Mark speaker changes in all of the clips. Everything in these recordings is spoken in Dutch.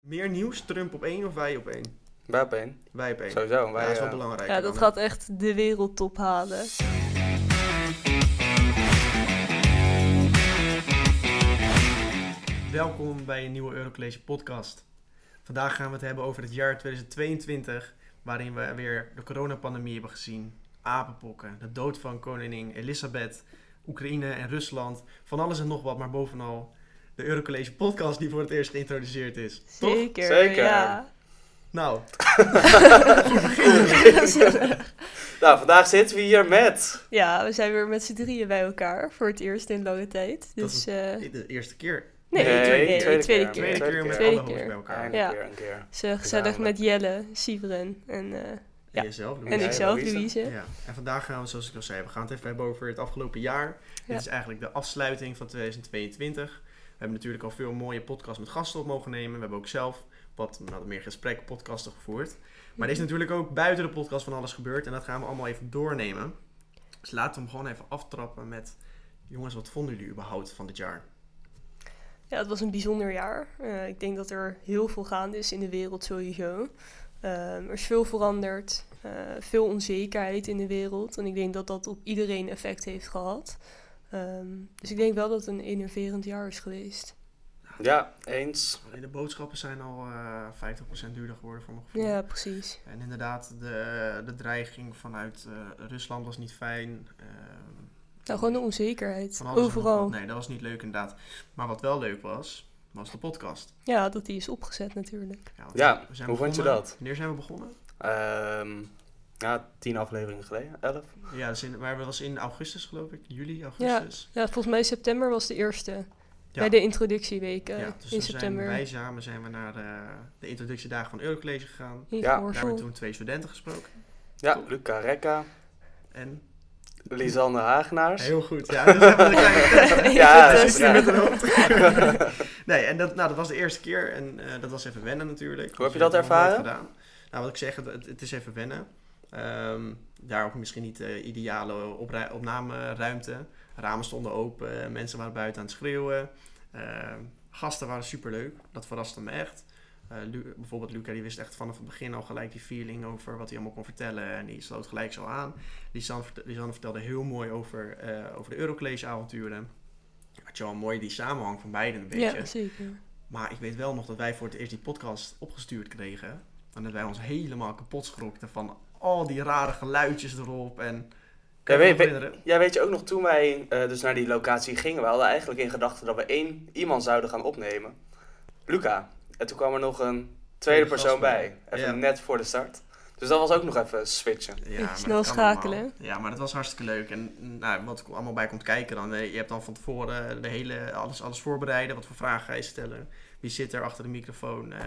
Speaker 1: Meer nieuws, Trump op één of wij op één?
Speaker 2: Wij op één.
Speaker 1: Wij op één.
Speaker 2: Sowieso. Wij,
Speaker 1: ja, dat is wel
Speaker 2: eh,
Speaker 1: belangrijk.
Speaker 3: Ja, dat gaat echt de wereldtop halen.
Speaker 1: Welkom bij een nieuwe Eurocollege podcast. Vandaag gaan we het hebben over het jaar 2022, waarin we weer de coronapandemie hebben gezien. Apenpokken, de dood van koningin Elisabeth, Oekraïne en Rusland, van alles en nog wat, maar bovenal de Eurocollege podcast die voor het eerst geïntroduceerd is. Toch?
Speaker 3: Zeker.
Speaker 2: Zeker.
Speaker 3: Ja.
Speaker 1: Nou,
Speaker 2: Nou, vandaag zitten we hier met...
Speaker 3: ja, we zijn weer met z'n drieën bij elkaar. Voor het eerst in lange tijd.
Speaker 1: Dat
Speaker 3: Dus, eh,
Speaker 1: de eerste keer.
Speaker 3: nee,
Speaker 2: Nee,
Speaker 3: tweede, keer.
Speaker 2: tweede
Speaker 3: tweede,
Speaker 2: keer.
Speaker 3: keer.
Speaker 1: Tweede
Speaker 2: Tweede
Speaker 1: keer met
Speaker 3: keer.
Speaker 1: alle
Speaker 3: Tweede
Speaker 1: hoofden bij
Speaker 2: Ah,
Speaker 1: elkaar.
Speaker 2: een
Speaker 3: Ja.
Speaker 2: keer, een keer.
Speaker 3: Dus, eh, gezellig
Speaker 2: Gezamenlijk.
Speaker 3: met Jelle, Sivren en, eh Ja.
Speaker 1: En jezelf, Louis.
Speaker 3: en
Speaker 2: jij,
Speaker 3: ikzelf,
Speaker 2: Louise?
Speaker 3: Louise.
Speaker 1: Ja, en vandaag gaan we, zoals ik al zei, we gaan het even hebben over het afgelopen jaar.
Speaker 3: Ja.
Speaker 1: Dit is eigenlijk de afsluiting van 2022. We hebben natuurlijk al veel mooie podcasts met gasten op mogen nemen. We hebben ook zelf wat nou, meer gesprekken, podcasten gevoerd. Maar er is
Speaker 3: Mhm.
Speaker 1: natuurlijk ook buiten de podcast van alles gebeurd. En dat gaan we allemaal even doornemen. Dus laten we hem gewoon even aftrappen met... Jongens, wat vonden jullie überhaupt van dit jaar?
Speaker 3: Ja, het was een bijzonder jaar. Eh, ik denk dat er heel veel gaande is in de wereld sowieso. Ehm, er is veel veranderd, eh, veel onzekerheid in de wereld. En ik denk dat dat op iedereen effect heeft gehad. Ehm, dus ik denk wel dat het een innoverend jaar is geweest.
Speaker 2: Ja, eens.
Speaker 1: Alleen de boodschappen zijn al eh, 50% duurder geworden voor mijn gevoel.
Speaker 3: Ja, precies.
Speaker 1: En inderdaad, de, de dreiging vanuit eh, Rusland was niet fijn. Ehm,
Speaker 3: Nou, gewoon de onzekerheid.
Speaker 1: Van alles en nog
Speaker 3: Overal.
Speaker 1: wat. Nee, dat was niet leuk inderdaad. Maar wat wel leuk was, was de podcast.
Speaker 3: Ja, dat die is opgezet natuurlijk.
Speaker 1: want
Speaker 2: Ja,
Speaker 1: we zijn
Speaker 2: hoe vond je
Speaker 1: begonnen-
Speaker 2: dat?
Speaker 1: Wanneer zijn we begonnen?
Speaker 2: Ehm ja, tien afleveringen geleden. Elf.
Speaker 1: Ja, dat is in, maar dat was in augustus geloof ik. Juli, augustus.
Speaker 3: Ja, volgens mij september was de eerste. Bij de introductieweken
Speaker 1: Ja, dus
Speaker 3: in
Speaker 1: toen zijn
Speaker 3: september.
Speaker 1: wij samen zijn we naar de, de introductiedagen van Eurocollege gegaan.
Speaker 3: In
Speaker 2: Ja.
Speaker 1: Daar hebben
Speaker 3: Voorschool.
Speaker 1: we toen twee studenten gesproken.
Speaker 2: Ja, Luca Rekka.
Speaker 1: En
Speaker 2: Lisanne Hagenaars.
Speaker 1: heel goed. Ja, dus hebben we een kleine
Speaker 2: Ja,
Speaker 3: Fantastisch.
Speaker 2: dat is raar.
Speaker 1: met een hoofd. nee, en dat, nou, dat was de eerste keer en eh, dat was even wennen natuurlijk.
Speaker 2: Hoe heb je
Speaker 1: Want
Speaker 2: dat
Speaker 1: hebt het nog
Speaker 2: ervaren?
Speaker 1: nooit Gedaan. Nou, wat ik zeg, het, het is even wennen. Ehm, daar ook misschien niet de ideale opra- opnameruimte. Ramen stonden open, eh, mensen waren buiten aan het schreeuwen. Ehm, gasten waren superleuk, dat verraste me echt. Eh, Lu- bijvoorbeeld Luca, die wist echt vanaf het begin al gelijk die feeling over wat hij allemaal kon vertellen. En die sloot gelijk zo aan. Lisanne, vert- Lisanne vertelde heel mooi over, eh, over de Eurocollege-avonturen. Had je al mooi die samenhang van beiden een beetje.
Speaker 3: Ja, zeker.
Speaker 1: Maar ik weet wel nog dat wij voor het eerst die podcast opgestuurd kregen. En dat wij ons helemaal kapot schrokten van al die rare geluidjes erop. En kan je
Speaker 2: Ja,
Speaker 1: je
Speaker 2: weet-
Speaker 1: nog herinneren?
Speaker 2: Ja, weet je ook nog, toen wij eh, dus naar die locatie gingen, we hadden eigenlijk in gedachten dat we één iemand zouden gaan opnemen. Luca. En toen kwam er nog een tweede
Speaker 1: Tweede
Speaker 2: persoon
Speaker 1: gast
Speaker 2: bij.
Speaker 1: bij.
Speaker 2: Even
Speaker 1: Ja.
Speaker 2: net voor de start. Dus dat was ook nog even switchen.
Speaker 1: Ja,
Speaker 3: Even
Speaker 1: maar
Speaker 3: snel
Speaker 1: dat kan allemaal.
Speaker 3: schakelen.
Speaker 1: Ja, maar dat was hartstikke leuk. En nou, wat er allemaal bij komt kijken dan. eh, Je hebt dan van tevoren de hele, alles, alles voorbereiden. Wat voor vragen ga je stellen? Wie zit er achter de microfoon? eh,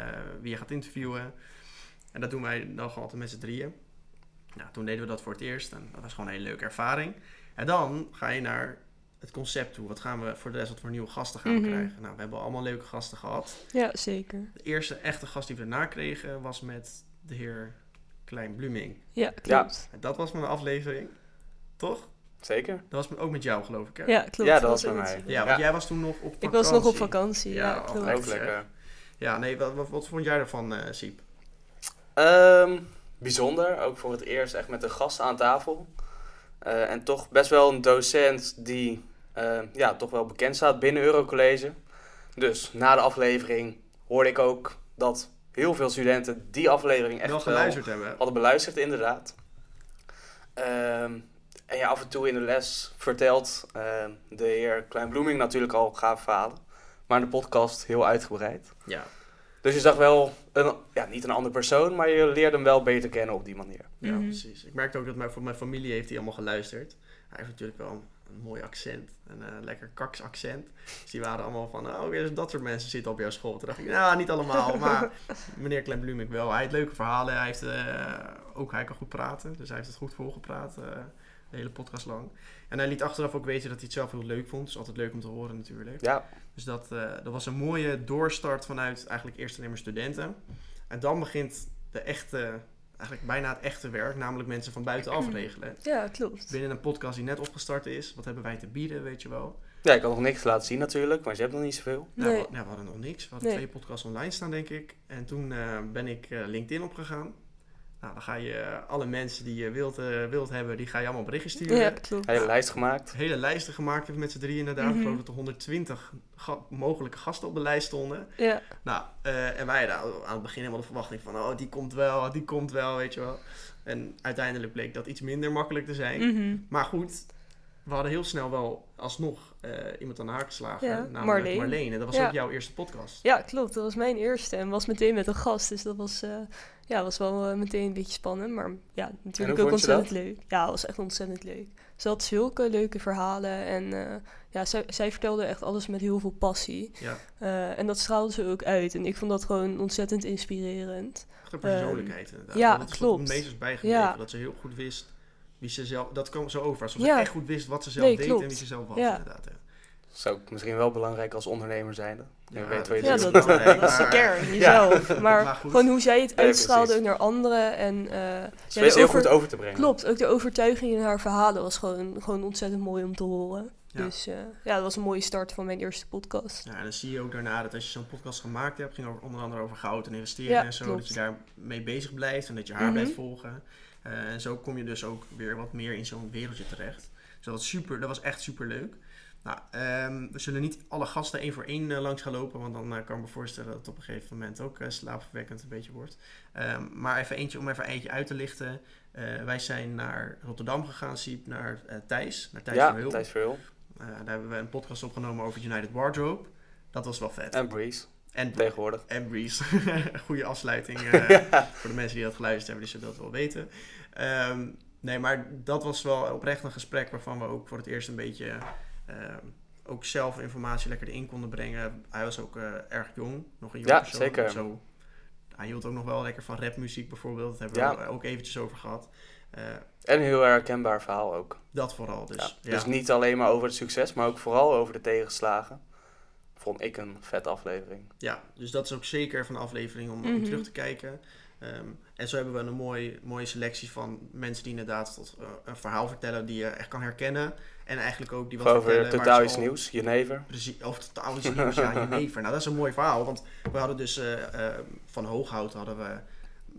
Speaker 1: wie je gaat interviewen? En dat doen wij dan gewoon altijd met z'n drieën. Nou, toen deden we dat voor het eerst. En dat was gewoon een hele leuke ervaring. En dan ga je naar het concept toe. Wat gaan we voor de rest, wat voor nieuwe gasten gaan we
Speaker 3: Mhm.
Speaker 1: krijgen? Nou, we hebben allemaal leuke gasten gehad.
Speaker 3: Ja, zeker.
Speaker 1: De eerste echte gast die we daarna kregen was met de heer Klein Bloeming.
Speaker 3: Ja, klopt.
Speaker 1: En Dat was mijn aflevering, toch?
Speaker 2: Zeker?
Speaker 1: Dat was ook met jou, geloof ik, hè?
Speaker 3: Ja, klopt.
Speaker 2: Ja, dat was bij
Speaker 3: ook
Speaker 2: mij.
Speaker 3: iets.
Speaker 1: Ja, want jij was toen nog op vakantie.
Speaker 3: Ik was nog op vakantie, ja,
Speaker 1: Ja,
Speaker 3: klopt.
Speaker 1: altijd.
Speaker 2: Ook lekker.
Speaker 1: Ja, nee, wat, wat, wat vond jij ervan, eh Siep?
Speaker 2: Ehm, bijzonder, ook voor het eerst echt met de gasten aan tafel. Eh, en toch best wel een docent die eh, ja, toch wel bekend staat binnen Eurocollege. Dus na de aflevering hoorde ik ook dat heel veel studenten die aflevering echt
Speaker 1: wel geluisterd hebben.
Speaker 2: hadden beluisterd, inderdaad. Ehm, en ja, af en toe in de les vertelt ehm, de heer Klein-Bloeming natuurlijk al gaaf verhalen. Maar in de podcast heel uitgebreid.
Speaker 1: Ja.
Speaker 2: Dus je zag wel, een, ja, niet een andere persoon, maar je leerde hem wel beter kennen op die manier.
Speaker 1: Ja,
Speaker 3: Mhm.
Speaker 1: precies. Ik merkte ook dat mijn, voor mijn familie heeft die allemaal geluisterd. Hij heeft natuurlijk wel een, een mooi accent. Een eh, lekker kaks accent. Dus die waren allemaal van, oh, weer dat soort mensen zitten op jouw school. Toen dacht ik, nou, niet allemaal. Maar meneer Klem ik wel. Hij heeft leuke verhalen. Hij, heeft, eh, ook, hij kan goed praten. Dus hij heeft het goed volgepraat. eh de hele podcast lang. En hij liet achteraf ook weten dat hij het zelf heel leuk vond. Dus altijd leuk om te horen natuurlijk.
Speaker 2: Ja,
Speaker 1: Dus dat, eh, dat was een mooie doorstart vanuit eigenlijk eerst alleen maar studenten. En dan begint de echte, eigenlijk bijna het echte werk, namelijk mensen
Speaker 3: Mm.
Speaker 1: van buitenaf regelen.
Speaker 3: Ja, klopt.
Speaker 1: Binnen een podcast die net opgestart is, wat hebben wij te bieden, weet je wel.
Speaker 2: Ja, ik had nog niks laten zien natuurlijk, want je hebt nog niet zoveel.
Speaker 1: Nou,
Speaker 3: Nee.
Speaker 1: we, nou, we hadden nog niks. We hadden
Speaker 3: Nee.
Speaker 1: twee podcasts online staan, denk ik. En toen eh, ben ik eh, LinkedIn opgegaan. Nou, dan ga je eh, alle mensen die je wilt, eh, wilt hebben, die ga je allemaal berichtjes sturen.
Speaker 3: Ja, klopt.
Speaker 2: Hele lijst gemaakt.
Speaker 1: Hele lijsten gemaakt hebben met z'n drieën inderdaad.
Speaker 3: Mhm.
Speaker 1: Ik geloof dat er 120 ga- mogelijke gasten op de lijst stonden.
Speaker 3: Ja,
Speaker 1: Nou, eh, en wij daar aan het begin helemaal de verwachting van... oh, die komt wel, die komt wel, weet je wel. En uiteindelijk bleek dat iets minder makkelijk te zijn.
Speaker 3: mhm.
Speaker 1: Maar goed, we hadden heel snel wel alsnog eh, iemand aan de haak geslagen.
Speaker 3: Ja,
Speaker 1: namelijk
Speaker 3: Marleen.
Speaker 1: Marleen. En dat was
Speaker 3: Ja.
Speaker 1: ook jouw eerste podcast.
Speaker 3: ja, klopt. Dat was mijn eerste en was meteen met een gast. Dus dat was, eh, ja, was wel eh, meteen een beetje spannend. Maar ja, natuurlijk ook
Speaker 2: vond je
Speaker 3: ontzettend leuk. Ja, het was echt ontzettend leuk. Ze had zulke leuke verhalen en eh, ja, zij, zij vertelde echt alles met heel veel passie.
Speaker 1: Ja,
Speaker 3: Eh, en dat straalde ze ook uit. En ik vond dat gewoon ontzettend inspirerend.
Speaker 1: echt een persoonlijkheid inderdaad.
Speaker 3: Ehm, ja,
Speaker 1: dat is
Speaker 3: klopt.
Speaker 1: Wat meest is bijgebleven.
Speaker 3: Ja.
Speaker 1: Dat ze heel goed wist wie ze zelf... Dat kwam zo over, alsof
Speaker 3: Ja.
Speaker 1: ze echt goed wist wat ze zelf
Speaker 3: Nee,
Speaker 1: deed
Speaker 3: klopt.
Speaker 1: en wie ze zelf was
Speaker 3: Ja.
Speaker 1: inderdaad. hè.
Speaker 2: Dat is ook misschien wel belangrijk als ondernemer zijnde. Je weet wat je
Speaker 3: Ja,
Speaker 2: doet.
Speaker 3: dat-
Speaker 1: belangrijk,
Speaker 3: dat is de
Speaker 1: maar-
Speaker 3: kern, jezelf. Maar,
Speaker 1: Maar goed.
Speaker 3: gewoon hoe zij het
Speaker 2: Nee,
Speaker 3: uitstraalde
Speaker 2: precies.
Speaker 3: ook naar anderen. En, eh
Speaker 2: Dus
Speaker 3: ja,
Speaker 2: weet
Speaker 3: de
Speaker 2: heel
Speaker 3: over-
Speaker 2: goed over te brengen.
Speaker 3: Klopt, ook de overtuiging in haar verhalen was gewoon, gewoon ontzettend mooi om te horen.
Speaker 1: Ja.
Speaker 3: Dus eh, ja, dat was een mooie start van mijn eerste podcast.
Speaker 1: Ja, en dan zie je ook daarna dat als je zo'n podcast gemaakt hebt, ging over, onder andere over goud en investeren
Speaker 3: Ja,
Speaker 1: en zo,
Speaker 3: klopt.
Speaker 1: dat je daarmee bezig blijft en dat je haar
Speaker 3: Mhm.
Speaker 1: blijft volgen. Eh, en zo kom je dus ook weer wat meer in zo'n wereldje terecht. Dus dat was, super, dat was echt super leuk. Nou, ehm, we zullen niet alle gasten één voor één eh, langs gaan lopen, want dan eh, kan ik me voorstellen dat het op een gegeven moment ook eh, slaapverwekkend een beetje wordt. Ehm, maar even eentje om even eentje uit te lichten. Eh, wij zijn naar Rotterdam gegaan, Siep, naar eh, Thijs, naar Thijs van
Speaker 2: ja,
Speaker 1: Hul.
Speaker 2: Thijs Verhul.
Speaker 1: Eh, daar hebben we een podcast opgenomen over United Wardrobe. Dat was wel vet.
Speaker 2: En Breeze,
Speaker 1: En,
Speaker 2: tegenwoordig.
Speaker 1: en Breeze. Goede afsluiting eh, voor de mensen die dat geluisterd hebben, die zullen dat wel weten. Ehm, nee, maar dat was wel oprecht een gesprek waarvan we ook voor het eerst een beetje ehm, ook zelf informatie lekker in konden brengen. Hij was ook eh, erg jong, nog een jong
Speaker 2: Ja,
Speaker 1: persoon.
Speaker 2: zeker.
Speaker 1: Zo, hij hield ook nog wel lekker van rapmuziek bijvoorbeeld. Dat hebben we
Speaker 2: Ja.
Speaker 1: ook eventjes over gehad. Eh,
Speaker 2: En een heel herkenbaar verhaal ook.
Speaker 1: dat vooral. Dus,
Speaker 2: Ja,
Speaker 1: ja.
Speaker 2: Dus niet alleen maar over het succes, maar ook vooral over de tegenslagen. Vond ik een vet aflevering.
Speaker 1: Ja, dus dat is ook zeker van de aflevering om, om
Speaker 3: Mhm.
Speaker 1: terug te kijken. Ehm, en zo hebben we een mooie, mooie selectie van mensen die inderdaad tot, eh, een verhaal vertellen die je echt kan herkennen. En eigenlijk ook die wat
Speaker 2: Gewoon over
Speaker 1: vertellen Oh. waar ze
Speaker 2: totaal
Speaker 1: al-
Speaker 2: iets nieuws, Jenever.
Speaker 1: Precies, of totaal iets nieuws, ja, Jenever. Nou, dat is een mooi verhaal, want we hadden dus eh, eh, van Hooghout hadden we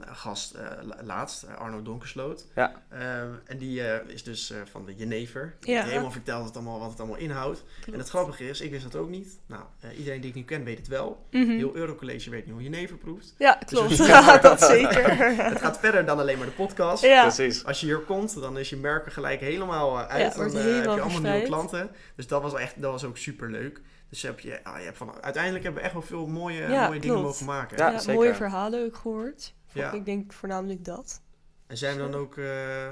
Speaker 1: een gast eh, la- laatst, eh, Arno Donkersloot.
Speaker 2: Ja.
Speaker 1: Ehm, en die eh, is dus eh, van de Jenever. Die
Speaker 3: Ja.
Speaker 1: heeft helemaal verteld het allemaal, wat het allemaal inhoudt. En het grappige is, ik wist dat ook niet. Nou, eh, iedereen die ik nu ken weet het wel.
Speaker 3: Mhm.
Speaker 1: Heel Eurocollege weet nu hoe je neven proeft.
Speaker 3: Ja, klopt.
Speaker 1: Dus we-
Speaker 3: dat zeker.
Speaker 1: Het gaat verder dan alleen maar de podcast.
Speaker 3: ja.
Speaker 2: Precies.
Speaker 1: Als je hier komt, dan is je merken gelijk helemaal eh, uit.
Speaker 3: Ja,
Speaker 1: dan
Speaker 3: wordt
Speaker 1: eh, heb je
Speaker 3: helemaal
Speaker 1: allemaal nieuwe
Speaker 3: verspreid.
Speaker 1: klanten. Dus dat was, echt, dat was ook super leuk. Dus heb je, ah, je hebt van, uiteindelijk hebben we echt wel veel mooie,
Speaker 3: Ja,
Speaker 1: mooie
Speaker 3: klopt.
Speaker 1: dingen mogen maken.
Speaker 2: Ja,
Speaker 3: Ja,
Speaker 2: zeker.
Speaker 3: mooie verhalen ook gehoord.
Speaker 1: Ja.
Speaker 3: Ik denk voornamelijk dat.
Speaker 1: En zijn we dan ook eh,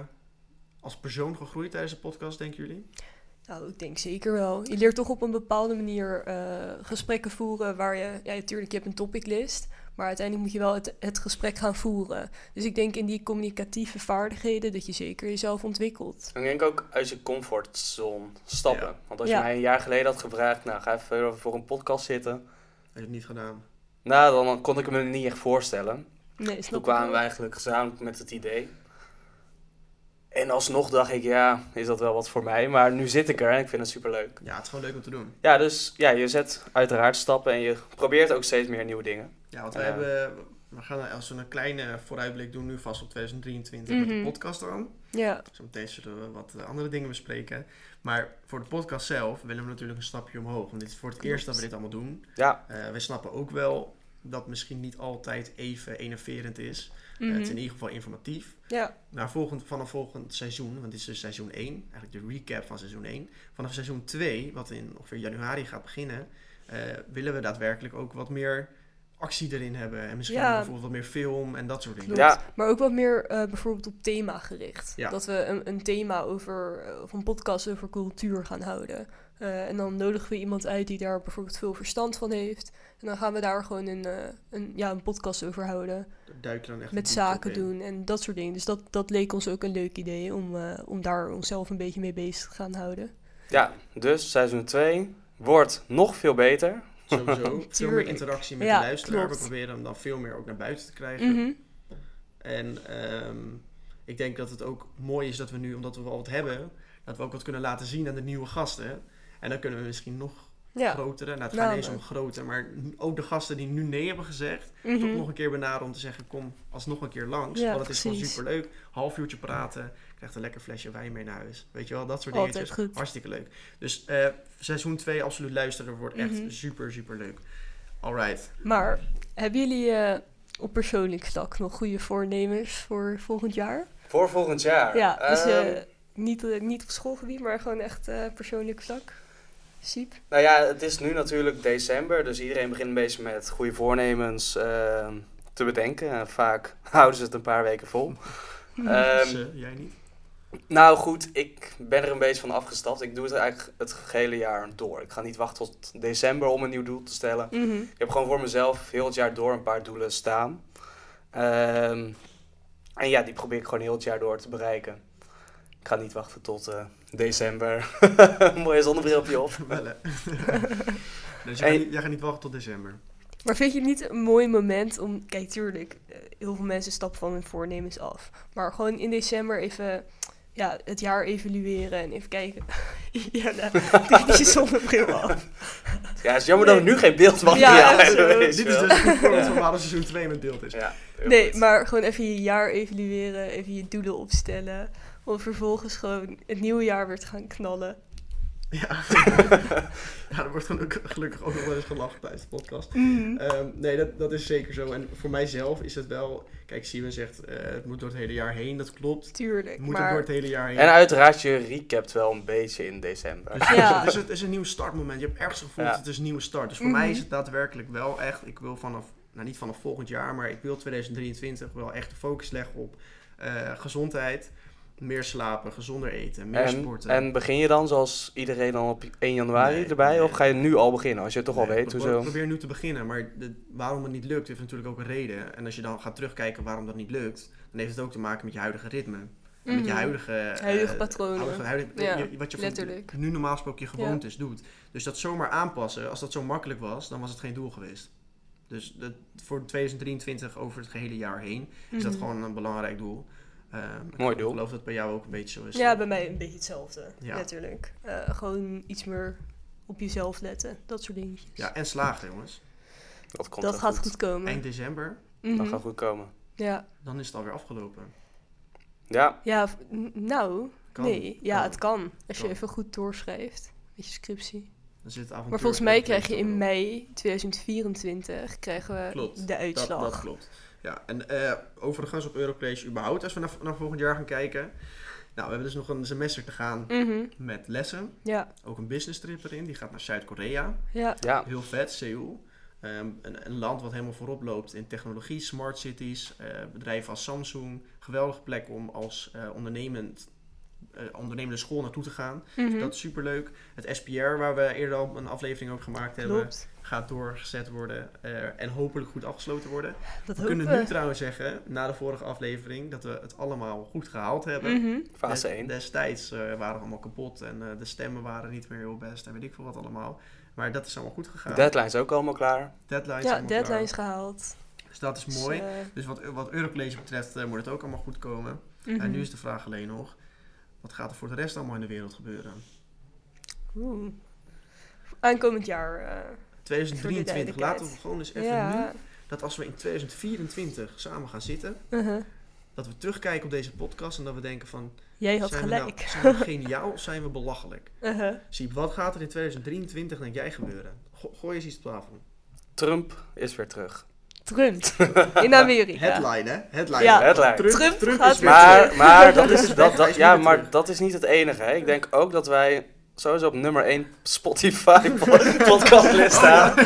Speaker 1: als persoon gegroeid tijdens de podcast, denken jullie?
Speaker 3: Nou, ik denk zeker wel. Je leert toch op een bepaalde manier eh, gesprekken voeren waar je... Ja, natuurlijk, je hebt een topiclist. Maar uiteindelijk moet je wel het, het gesprek gaan voeren. Dus ik denk in die communicatieve vaardigheden dat je zeker jezelf ontwikkelt.
Speaker 2: Ik denk ook uit je comfortzone stappen.
Speaker 1: Ja.
Speaker 2: Want als je
Speaker 3: Ja.
Speaker 2: mij een jaar geleden had gevraagd, nou ga even voor een podcast zitten.
Speaker 1: Heb je het niet gedaan?
Speaker 2: Nou, dan kon ik me niet echt voorstellen.
Speaker 3: Nee, snap
Speaker 2: Toen
Speaker 3: ik
Speaker 2: kwamen
Speaker 3: wel.
Speaker 2: we eigenlijk gezamenlijk met het idee. En alsnog dacht ik, ja, is dat wel wat voor mij? Maar nu zit ik er en ik vind het superleuk.
Speaker 1: Ja, het is gewoon leuk om te doen.
Speaker 2: Ja, dus ja, je zet uiteraard stappen en je probeert ook steeds meer nieuwe dingen.
Speaker 1: Ja, want we
Speaker 2: Ja.
Speaker 1: hebben... We gaan als we een kleine vooruitblik doen nu vast op 2023 met
Speaker 3: Mhm.
Speaker 1: de podcast dan.
Speaker 3: Ja,
Speaker 1: Zometeen zullen we wat eh, andere dingen bespreken. Maar voor de podcast zelf willen we natuurlijk een stapje omhoog. Want dit is voor het
Speaker 3: Klopt.
Speaker 1: eerst dat we dit allemaal doen.
Speaker 2: Ja.
Speaker 1: Eh, we snappen ook wel dat misschien niet altijd even enerverend is. Eh,
Speaker 3: Mhm.
Speaker 1: het is in ieder geval informatief.
Speaker 3: ja.
Speaker 1: Maar volgend, vanaf volgend seizoen, want dit is dus seizoen 1, eigenlijk de recap van seizoen 1. Vanaf seizoen 2, wat in ongeveer januari gaat beginnen, eh, willen we daadwerkelijk ook wat meer actie erin hebben. En misschien
Speaker 3: Ja.
Speaker 1: bijvoorbeeld wat meer film en dat soort dingen.
Speaker 3: Klopt.
Speaker 2: Ja.
Speaker 3: Maar ook wat meer eh, bijvoorbeeld op thema gericht.
Speaker 1: Ja.
Speaker 3: Dat we een, een thema over, eh, of een podcast over cultuur gaan houden. Eh, en dan nodigen we iemand uit die daar bijvoorbeeld veel verstand van heeft. En dan gaan we daar gewoon een, eh, een, ja, een podcast over houden.
Speaker 1: Daar Dus duiken we dan echt
Speaker 3: met
Speaker 1: de diepte op
Speaker 3: zaken
Speaker 1: in.
Speaker 3: doen en dat soort dingen. Dus dat, dat leek ons ook een leuk idee om, eh, om daar onszelf een beetje mee bezig te gaan houden.
Speaker 2: Ja, dus seizoen 2 wordt nog veel beter.
Speaker 1: Sowieso. veel meer
Speaker 3: Tuurlijk.
Speaker 1: interactie met
Speaker 3: Ja,
Speaker 1: de luisteraar.
Speaker 3: klopt.
Speaker 1: We proberen hem dan veel meer ook naar buiten te krijgen.
Speaker 3: Mhm.
Speaker 1: En ehm, ik denk dat het ook mooi is dat we nu, omdat we al wat hebben, dat we ook wat kunnen laten zien aan de nieuwe gasten. En dan kunnen we misschien nog
Speaker 3: Ja.
Speaker 1: grotere, nou het gaat
Speaker 3: Nou,
Speaker 1: niet eens
Speaker 3: maar-
Speaker 1: om groter, maar ook de gasten die nu nee hebben gezegd,
Speaker 3: Mhm.
Speaker 1: toch nog een keer benaderen om te zeggen, kom alsnog een keer langs.
Speaker 3: Ja,
Speaker 1: want het is gewoon
Speaker 3: precies.
Speaker 1: superleuk. Half uurtje praten, krijgt een lekker flesje wijn mee naar huis. Weet je wel, dat soort
Speaker 3: Altijd
Speaker 1: dingetjes.
Speaker 3: goed.
Speaker 1: Hartstikke leuk. Dus eh, seizoen 2 absoluut luisteren wordt echt
Speaker 3: Mhm.
Speaker 1: super, super leuk. Alright.
Speaker 3: Maar hebben jullie eh, op persoonlijk vlak nog goede voornemens voor volgend jaar?
Speaker 2: Voor volgend jaar.
Speaker 3: ja, dus eh,
Speaker 2: Ehm,
Speaker 3: niet, eh, niet op schoolgebied, maar gewoon echt eh, persoonlijk vlak. Siep.
Speaker 2: Nou ja, het is nu natuurlijk december, dus iedereen begint een beetje met goede voornemens ehm, te bedenken. En vaak houden ze het een paar weken vol.
Speaker 3: Mhm.
Speaker 2: Ehm,
Speaker 1: Dus, eh, jij niet?
Speaker 2: nou goed, ik ben er een beetje van afgestapt. Ik doe het eigenlijk het gehele jaar door. Ik ga niet wachten tot december om een nieuw doel te stellen.
Speaker 3: Mhm.
Speaker 2: Ik heb gewoon voor mezelf heel het jaar door een paar doelen staan. Ehm, en ja, die probeer ik gewoon heel het jaar door te bereiken. Ik ga niet wachten tot eh, december. Mooie zonnebrilpje op.
Speaker 1: Wel, hè. dus jij, gaat
Speaker 2: Hey.
Speaker 1: niet, jij gaat niet wachten tot december.
Speaker 3: Maar vind je het niet een mooi moment om... Kijk, tuurlijk, eh, heel veel mensen stappen van hun voornemens af. Maar gewoon in december even ja, het jaar evalueren en even kijken. ja, nou, doe je zonnebril af.
Speaker 2: Ja, het is jammer dat we
Speaker 3: Nee.
Speaker 2: nu geen beeldmateriaal
Speaker 3: Ja, echt zo.
Speaker 2: hebben. weet je
Speaker 1: Dit is
Speaker 2: wel.
Speaker 1: dus het voorbeeld
Speaker 2: Ja.
Speaker 1: van waarom seizoen 2 met deelt is.
Speaker 2: Ja, heel
Speaker 3: Nee,
Speaker 2: goed.
Speaker 3: maar gewoon even je jaar evalueren, even je doelen opstellen. Om vervolgens gewoon het nieuwe jaar weer te gaan knallen.
Speaker 1: Ja. ja, er wordt gelukkig, gelukkig ook nog wel eens gelachen tijdens de podcast. Ehm, nee, dat, dat is zeker zo. En voor mijzelf is het wel... Kijk, Simon zegt, eh, het moet door het hele jaar heen. Dat klopt.
Speaker 3: Tuurlijk,
Speaker 1: Het moet ook
Speaker 3: maar...
Speaker 1: door het hele jaar heen.
Speaker 2: En uiteraard, je recapt wel een beetje in december.
Speaker 1: Dus
Speaker 3: Ja.
Speaker 1: het, is, het is een nieuw startmoment. Je hebt ergens gevoeld,
Speaker 2: Ja.
Speaker 1: het is een nieuwe start. Dus voor
Speaker 3: Mhm.
Speaker 1: mij is het daadwerkelijk wel echt... Ik wil vanaf, nou niet vanaf volgend jaar... maar ik wil 2023 wel echt de focus leggen op eh, gezondheid. Meer slapen, gezonder eten, meer
Speaker 2: En,
Speaker 1: sporten.
Speaker 2: en begin je dan zoals iedereen al op 1 januari
Speaker 1: Nee,
Speaker 2: erbij?
Speaker 1: nee.
Speaker 2: Of ga je nu al beginnen, als je het toch al
Speaker 1: Nee,
Speaker 2: weet?
Speaker 1: pro-
Speaker 2: Hoezo?
Speaker 1: probeer nu te beginnen, maar de- waarom het niet lukt heeft natuurlijk ook een reden. En als je dan gaat terugkijken waarom dat niet lukt, dan heeft het ook te maken met je huidige ritme. En Met je
Speaker 3: Mhm.
Speaker 1: huidige...
Speaker 3: Huidige
Speaker 1: eh,
Speaker 3: patronen.
Speaker 1: huidige- huidige-
Speaker 3: Ja,
Speaker 1: je- wat je van-
Speaker 3: letterlijk.
Speaker 1: nu normaal gesproken je gewoontes doet. Dus dat zomaar aanpassen, als dat zo makkelijk was, dan was het geen doel geweest. Dus dat, voor 2023 over het gehele jaar heen is dat
Speaker 3: Mhm.
Speaker 1: gewoon een belangrijk doel. Ehm,
Speaker 2: Mooi
Speaker 1: Ik
Speaker 2: doel.
Speaker 1: geloof dat het bij jou ook een beetje zo is.
Speaker 3: Ja, bij mij een beetje hetzelfde,
Speaker 1: Ja.
Speaker 3: natuurlijk. Eh, gewoon iets meer op jezelf letten, dat soort dingetjes.
Speaker 1: Ja, en slagen jongens.
Speaker 2: Dat komt
Speaker 3: dat
Speaker 2: wel
Speaker 3: gaat goed, komen.
Speaker 1: Eind december,
Speaker 3: Mhm.
Speaker 2: Dat gaat goed komen.
Speaker 3: Ja,
Speaker 1: dan is het alweer afgelopen.
Speaker 2: Ja,
Speaker 3: ja v- n- nou,
Speaker 1: Kan.
Speaker 3: nee. Ja,
Speaker 1: Kan.
Speaker 3: het kan. Als je
Speaker 1: Kan.
Speaker 3: even goed doorschrijft met je scriptie.
Speaker 1: Dan zit het avontuur
Speaker 3: Maar volgens mij
Speaker 1: op
Speaker 3: krijg je in
Speaker 1: erop.
Speaker 3: mei 2024 krijgen we
Speaker 1: Klopt.
Speaker 3: de
Speaker 1: Dat,
Speaker 3: uitslag.
Speaker 1: dat klopt. Ja, en eh, overigens op Europlace überhaupt, als we naar, naar volgend jaar gaan kijken. Nou, we hebben dus nog een semester te gaan
Speaker 3: Mhm.
Speaker 1: met lessen.
Speaker 3: Ja,
Speaker 1: Ook een business trip erin, die gaat naar Zuid-Korea.
Speaker 3: ja.
Speaker 2: ja.
Speaker 1: Heel vet, Seoul. Ehm, een, een land wat helemaal voorop loopt in technologie, smart cities, eh, bedrijven als Samsung. Geweldige plek om als eh, ondernemend, eh, ondernemende school naartoe te gaan.
Speaker 3: Mhm.
Speaker 1: Dat is superleuk. Het SPR, waar we eerder al een aflevering ook gemaakt hebben,
Speaker 3: klopt.
Speaker 1: gaat doorgezet worden eh, en hopelijk goed afgesloten worden.
Speaker 3: Dat
Speaker 1: We kunnen
Speaker 3: hopen
Speaker 1: nu trouwens zeggen, na de vorige aflevering, dat we het allemaal goed gehaald hebben.
Speaker 3: Mhm.
Speaker 2: fase
Speaker 1: Des-
Speaker 2: 1.
Speaker 1: Destijds eh, waren we allemaal kapot en eh, de stemmen waren niet meer heel best en weet ik veel wat allemaal. Maar dat is allemaal goed
Speaker 2: De
Speaker 1: gegaan.
Speaker 2: deadline is ook allemaal klaar.
Speaker 1: Deadline is
Speaker 3: Ja,
Speaker 1: allemaal klaar.
Speaker 3: deadlines gehaald.
Speaker 1: Dus dat is
Speaker 3: Dus,
Speaker 1: mooi.
Speaker 3: eh,
Speaker 1: Dus wat, wat Eurocollege betreft eh, moet het ook allemaal goed komen.
Speaker 3: mhm.
Speaker 1: En nu is de vraag alleen nog, wat gaat er voor de rest allemaal in de wereld gebeuren?
Speaker 3: Oeh. Aankomend jaar. eh,
Speaker 1: 2023, laten we
Speaker 3: duidelijkheid.
Speaker 1: gewoon eens even nu,
Speaker 3: ja.
Speaker 1: dat als we in 2024 samen gaan zitten,
Speaker 3: Mhm.
Speaker 1: dat we terugkijken op deze podcast en dat we denken van,
Speaker 3: Jij had
Speaker 1: zijn, We nou,
Speaker 3: gelijk.
Speaker 1: zijn we geniaal of zijn we belachelijk?
Speaker 3: Uh-huh.
Speaker 1: Siep, wat gaat er in 2023 denk jij gebeuren? Go- gooi eens iets op tafel.
Speaker 2: Trump is weer terug.
Speaker 3: Trump. In Amerika.
Speaker 1: Headline, hè? Headline.
Speaker 3: Ja.
Speaker 2: Headline.
Speaker 3: Trump
Speaker 1: is
Speaker 3: gaat
Speaker 1: weer
Speaker 3: maar-
Speaker 1: terug.
Speaker 2: Maar, maar, dat
Speaker 1: Hij
Speaker 2: is,
Speaker 1: is
Speaker 2: dat,
Speaker 1: weg,
Speaker 2: dat,
Speaker 1: hij is
Speaker 2: ja,
Speaker 1: weer
Speaker 2: maar
Speaker 1: terug.
Speaker 2: dat is niet het enige. Hè. Ik denk ook dat wij sowieso op nummer 1 Spotify pod- podcastlist staan.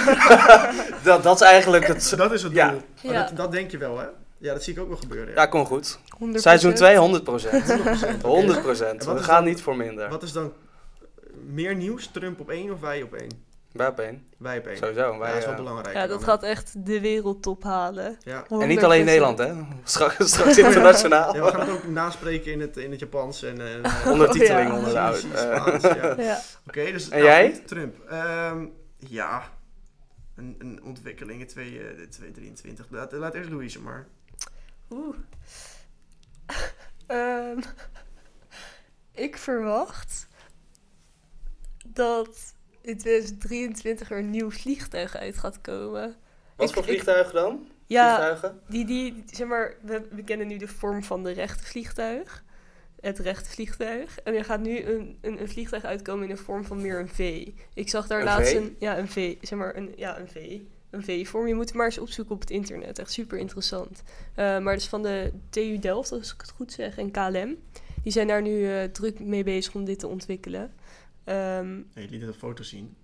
Speaker 2: dat, dat is eigenlijk het...
Speaker 1: Dat is het doel.
Speaker 2: Ja.
Speaker 1: Maar
Speaker 3: Ja.
Speaker 1: Dat, dat denk je wel, hè? Ja, dat zie ik ook wel gebeuren.
Speaker 2: Ja,
Speaker 1: Ja.
Speaker 2: kom goed.
Speaker 3: 100%.
Speaker 2: Seizoen 2, 100 procent.
Speaker 1: 100%.
Speaker 2: 100
Speaker 1: En wat
Speaker 2: We
Speaker 1: is
Speaker 2: gaan
Speaker 1: dan-
Speaker 2: niet voor minder.
Speaker 1: Wat is dan eh, meer nieuws? Trump op één of wij op één?
Speaker 2: Wij op één.
Speaker 1: Wij op één.
Speaker 2: Sowieso.
Speaker 1: ja,
Speaker 2: Wij,
Speaker 1: dat is wel
Speaker 2: eh,
Speaker 1: belangrijk.
Speaker 3: Ja, dat gaat echt de wereldtop halen.
Speaker 1: Ja.
Speaker 2: en niet alleen
Speaker 3: 100%.
Speaker 2: Nederland, hè? Straks, straks internationaal.
Speaker 1: Ja, we gaan het ook naspreken in het, in het Japans. En, eh, eh,
Speaker 2: Ondertiteling
Speaker 3: Oh, ja.
Speaker 2: onder de oud.
Speaker 1: Precies,
Speaker 2: Eh,
Speaker 1: Spaans, ja. Oké,
Speaker 3: Ja.
Speaker 1: dus...
Speaker 2: En jij?
Speaker 1: goed, Trump. Ehm, ja, een, een ontwikkeling in 2023. Laat, laat eerst Louise maar.
Speaker 3: Oeh. Ehm, ik verwacht dat in 2023 er een nieuw vliegtuig uit gaat komen.
Speaker 2: Wat
Speaker 3: Ik-
Speaker 2: voor
Speaker 3: ik-
Speaker 2: vliegtuigen dan?
Speaker 3: Ja,
Speaker 2: Vliegtuigen?
Speaker 3: die, die, zeg maar, we, we kennen nu de vorm van de rechte vliegtuig. Het rechte vliegtuig. En er gaat nu een, een, een vliegtuig uitkomen in de vorm van meer een V. Ik zag daar
Speaker 2: Een
Speaker 3: laatst
Speaker 2: V?
Speaker 3: een, ja, een V, zeg maar, een, ja, een V. Een V-vorm. Je moet het maar eens opzoeken op het internet. Echt super interessant. Eh, maar dat is van de TU Delft, als ik het goed zeg, en KLM. Die zijn daar nu eh, druk mee bezig om dit te ontwikkelen. Ehm,
Speaker 1: Nee, je liet het op foto's zien.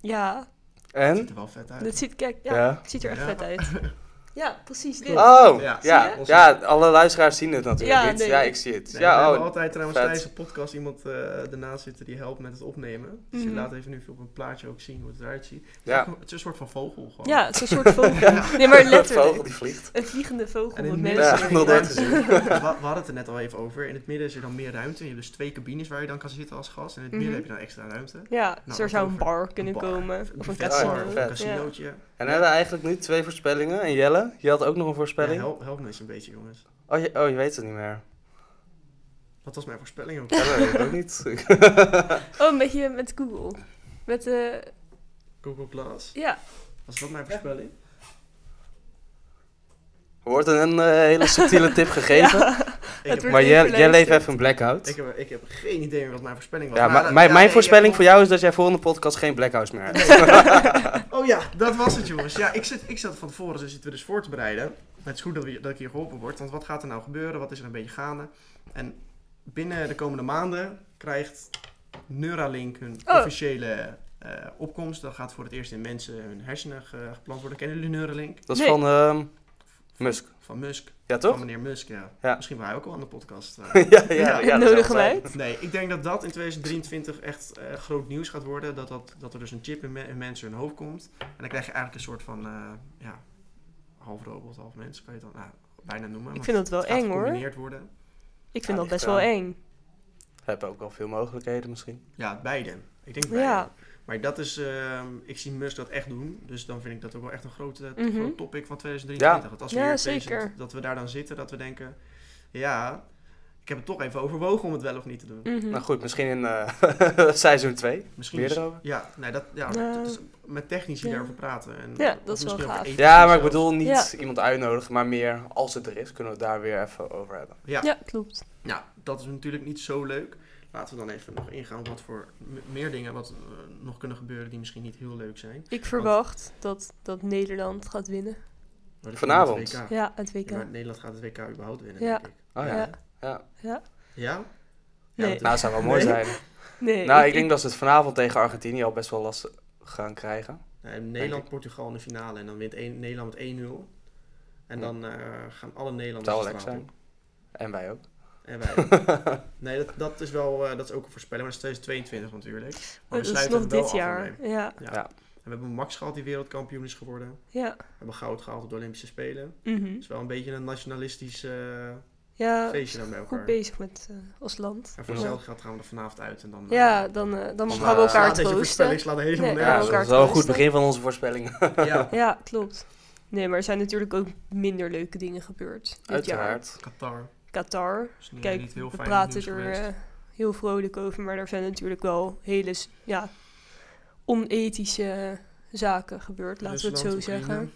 Speaker 3: ja,
Speaker 1: Het ziet
Speaker 2: En?
Speaker 1: er wel vet uit.
Speaker 3: dat ziet, kijk, ja,
Speaker 2: Ja.
Speaker 3: het ziet er echt
Speaker 1: Ja.
Speaker 3: vet uit. Ja, precies dit.
Speaker 2: Oh,
Speaker 1: Ja.
Speaker 2: ja.
Speaker 3: Zie
Speaker 2: Ja,
Speaker 1: je?
Speaker 2: alle luisteraars zien het natuurlijk
Speaker 3: Ja,
Speaker 2: niet.
Speaker 3: nee.
Speaker 2: Ja, ik zie het.
Speaker 1: Nee, we
Speaker 2: ja,
Speaker 1: hebben
Speaker 2: oh.
Speaker 1: altijd trouwens
Speaker 2: vet.
Speaker 1: tijdens de podcast iemand eh, ernaast zitten die helpt met het opnemen. Dus je
Speaker 3: Mhm.
Speaker 1: laat even nu op een plaatje ook zien hoe het eruit ziet. Het is
Speaker 2: Ja.
Speaker 1: ook een- Het is een soort van vogel gewoon.
Speaker 3: Ja, het is een soort vogel.
Speaker 1: Ja.
Speaker 3: Nee, maar
Speaker 2: vogel
Speaker 3: letterlijk.
Speaker 2: die vliegt.
Speaker 3: Een vliegende vogel
Speaker 1: En in
Speaker 3: met
Speaker 1: het
Speaker 3: mensen.
Speaker 1: midden-
Speaker 2: Ja,
Speaker 1: is-
Speaker 2: nog nooit
Speaker 1: Ja.
Speaker 2: gezien.
Speaker 1: Dus we, we hadden het er net al even over. In het midden is er dan meer ruimte. Je hebt dus twee cabines waar je dan kan zitten als gast. En in het midden
Speaker 3: Mhm.
Speaker 1: heb je dan extra ruimte.
Speaker 3: Ja, dus
Speaker 1: Nou,
Speaker 3: er zou een
Speaker 1: over-
Speaker 3: bar kunnen
Speaker 1: bar,
Speaker 3: komen.
Speaker 1: Een
Speaker 3: Of een
Speaker 1: buffetbar
Speaker 3: casino.
Speaker 1: of
Speaker 2: Ja.
Speaker 1: een casinootje.
Speaker 2: En hebben we eigenlijk nu twee voorspellingen. En Jelle, je had ook nog een
Speaker 1: Ja,
Speaker 2: voorspelling.
Speaker 1: help, help me eens een beetje, jongens.
Speaker 2: oh, je, oh, je weet het niet meer.
Speaker 1: Wat was mijn voorspelling ook?
Speaker 2: Ja, dat weet ik ook niet.
Speaker 3: Oh, een beetje met Google. Met, eh,
Speaker 1: Google Glass.
Speaker 3: ja.
Speaker 1: Was dat mijn voorspelling?
Speaker 2: Er wordt een eh, hele subtiele tip gegeven.
Speaker 3: Ja.
Speaker 1: Ik, heb,
Speaker 3: wordt-
Speaker 2: Maar jij,
Speaker 3: even
Speaker 2: jij leeft
Speaker 3: luisteren.
Speaker 2: even een blackout.
Speaker 1: ik, heb, ik heb geen idee meer wat mijn voorspelling was.
Speaker 2: ja, maar,
Speaker 1: dat-
Speaker 2: mijn,
Speaker 1: ja,
Speaker 2: mijn
Speaker 1: nee,
Speaker 2: voorspelling
Speaker 1: ik
Speaker 2: voor
Speaker 1: heb
Speaker 2: jou is dat jij volgende podcast geen blackouts meer hebt.
Speaker 1: gewoon- Oh ja, dat was het jongens. Ja, ik, zit, ik zat van tevoren, dus zitten we dus voor te bereiden. Het is goed dat, we, dat ik hier geholpen word, want wat gaat er nou gebeuren? Wat is er een beetje gaande? En binnen de komende maanden krijgt Neuralink hun
Speaker 3: Oh.
Speaker 1: officiële eh, opkomst. Dan gaat voor het eerst in mensen hun hersenen ge- geplant worden. Kennen jullie Neuralink?
Speaker 2: Dat is
Speaker 3: Nee.
Speaker 2: van ehm, Musk.
Speaker 1: Van Musk.
Speaker 2: Ja,
Speaker 1: Van
Speaker 2: toch?
Speaker 1: meneer Musk, ja.
Speaker 2: Ja.
Speaker 1: Misschien was hij ook al aan de podcast. eh, trouwens.
Speaker 2: ja,
Speaker 1: Ja,
Speaker 2: dat
Speaker 3: nodigen
Speaker 2: zal
Speaker 3: wij
Speaker 2: zijn.
Speaker 1: Nee, ik denk dat dat in 2023 echt eh, groot nieuws gaat worden. Dat, dat, dat er dus een chip in, me- in mensen hun hoofd komt. En dan krijg je eigenlijk een soort van, eh, ja, half robot, half mens, kan je het dan nou, bijna noemen.
Speaker 3: Ik
Speaker 1: want
Speaker 3: vind dat wel
Speaker 1: het gaat
Speaker 3: eng hoor.
Speaker 1: gecombineerd worden.
Speaker 3: Ik vind
Speaker 2: Ja,
Speaker 3: dat
Speaker 2: ligt
Speaker 3: best wel
Speaker 2: eraan.
Speaker 3: eng.
Speaker 2: Heb ook wel veel mogelijkheden misschien.
Speaker 1: Ja, beide. Ik denk beide.
Speaker 3: Ja.
Speaker 1: Maar dat is, ehm, ik zie Musk dat echt doen. Dus dan vind ik dat ook wel echt een groot, eh,
Speaker 3: Mhm.
Speaker 1: groot topic van 2023. Dat als we
Speaker 3: Ja,
Speaker 1: weer
Speaker 3: zeker.
Speaker 1: 2000 dat we daar dan zitten, dat we denken, ja, ik heb het toch even overwogen om het wel of niet te doen.
Speaker 3: Mhm.
Speaker 2: Nou goed, misschien in eh, seizoen 2.
Speaker 1: Misschien
Speaker 2: Meer
Speaker 1: is-
Speaker 2: erover?
Speaker 1: Ja, nee, dat, ja,
Speaker 3: Ja.
Speaker 1: dat is met technici
Speaker 3: Ja.
Speaker 1: daarover praten. En
Speaker 3: Ja, dat
Speaker 1: of
Speaker 3: is wel
Speaker 1: misschien over
Speaker 3: gaaf.
Speaker 1: ethiek
Speaker 2: Ja, maar ik
Speaker 1: zelfs.
Speaker 2: bedoel niet
Speaker 3: Ja.
Speaker 2: iemand uitnodigen, maar meer als het er is, kunnen we het daar weer even over hebben.
Speaker 1: Ja.
Speaker 3: Ja, klopt.
Speaker 1: Nou, dat is natuurlijk niet zo leuk. Laten we dan even nog ingaan op wat voor m- meer dingen wat eh, nog kunnen gebeuren die misschien niet heel leuk zijn.
Speaker 3: Ik verwacht dat, dat Nederland gaat winnen.
Speaker 1: Maar dat
Speaker 2: Vanavond.
Speaker 1: komt met het WK.
Speaker 3: Ja, het WK.
Speaker 1: Ja, maar Nederland gaat het WK überhaupt winnen,
Speaker 3: Ja.
Speaker 1: denk ik.
Speaker 2: Oh ja.
Speaker 3: Ja.
Speaker 2: ja.
Speaker 1: Ja?
Speaker 3: Nee.
Speaker 1: want-
Speaker 2: Nou, dat zou wel mooi
Speaker 1: Nee.
Speaker 2: zijn.
Speaker 3: Nee,
Speaker 2: Nou, ik denk dat ze het vanavond tegen Argentinië al best wel lastig gaan krijgen.
Speaker 1: Nee, Nederland, Portugal in de finale en dan wint één- Nederland met 1-0. En
Speaker 2: Ja.
Speaker 1: dan eh, gaan alle
Speaker 2: Dat
Speaker 1: Nederlanders
Speaker 2: zou wel
Speaker 1: de
Speaker 2: lekker
Speaker 1: straat op.
Speaker 2: zijn. En wij ook.
Speaker 1: En wij ook. nee, dat, dat is wel eh, dat is ook een voorspelling, maar dat is 2022 natuurlijk. Maar we
Speaker 3: dat is
Speaker 1: sluiten
Speaker 3: nog
Speaker 1: hem wel
Speaker 3: dit
Speaker 1: af
Speaker 3: jaar.
Speaker 1: ermee.
Speaker 3: Ja,
Speaker 1: Ja.
Speaker 2: Ja.
Speaker 1: En we hebben Max gehad die wereldkampioen is geworden.
Speaker 3: ja.
Speaker 1: We hebben goud gehaald op de Olympische Spelen.
Speaker 3: Mhm.
Speaker 1: Het is wel een beetje een nationalistisch eh,
Speaker 3: Ja,
Speaker 1: feestje dan bij
Speaker 3: goed
Speaker 1: elkaar.
Speaker 3: bezig met eh, als land.
Speaker 1: En voor hetzelfde geld gaan we er vanavond uit en dan... eh,
Speaker 3: Ja, dan, eh, dan
Speaker 2: Maar,
Speaker 3: gaan we
Speaker 2: eh,
Speaker 3: elkaar
Speaker 1: slaat deze
Speaker 3: troosten.
Speaker 1: voorspelling slaat helemaal
Speaker 3: Nee,
Speaker 2: Ja,
Speaker 1: nergens
Speaker 2: dat
Speaker 1: op.
Speaker 3: elkaar
Speaker 2: is wel een goed
Speaker 3: troosten.
Speaker 2: begin van onze voorspellingen.
Speaker 1: Ja,
Speaker 3: Ja, klopt. Nee, maar er zijn natuurlijk ook minder leuke dingen gebeurd dit jaar.
Speaker 2: Uiteraard.
Speaker 1: Qatar.
Speaker 3: Qatar.
Speaker 1: Is niet,
Speaker 3: Kijk,
Speaker 1: niet heel
Speaker 3: we
Speaker 1: fijn
Speaker 3: praten
Speaker 1: nieuws
Speaker 3: er
Speaker 1: geweest.
Speaker 3: eh, heel vrolijk over, maar er zijn natuurlijk wel hele s- ja, onethische zaken gebeurd, laten we het zo
Speaker 1: Rusland, Oekraïne.
Speaker 3: zeggen.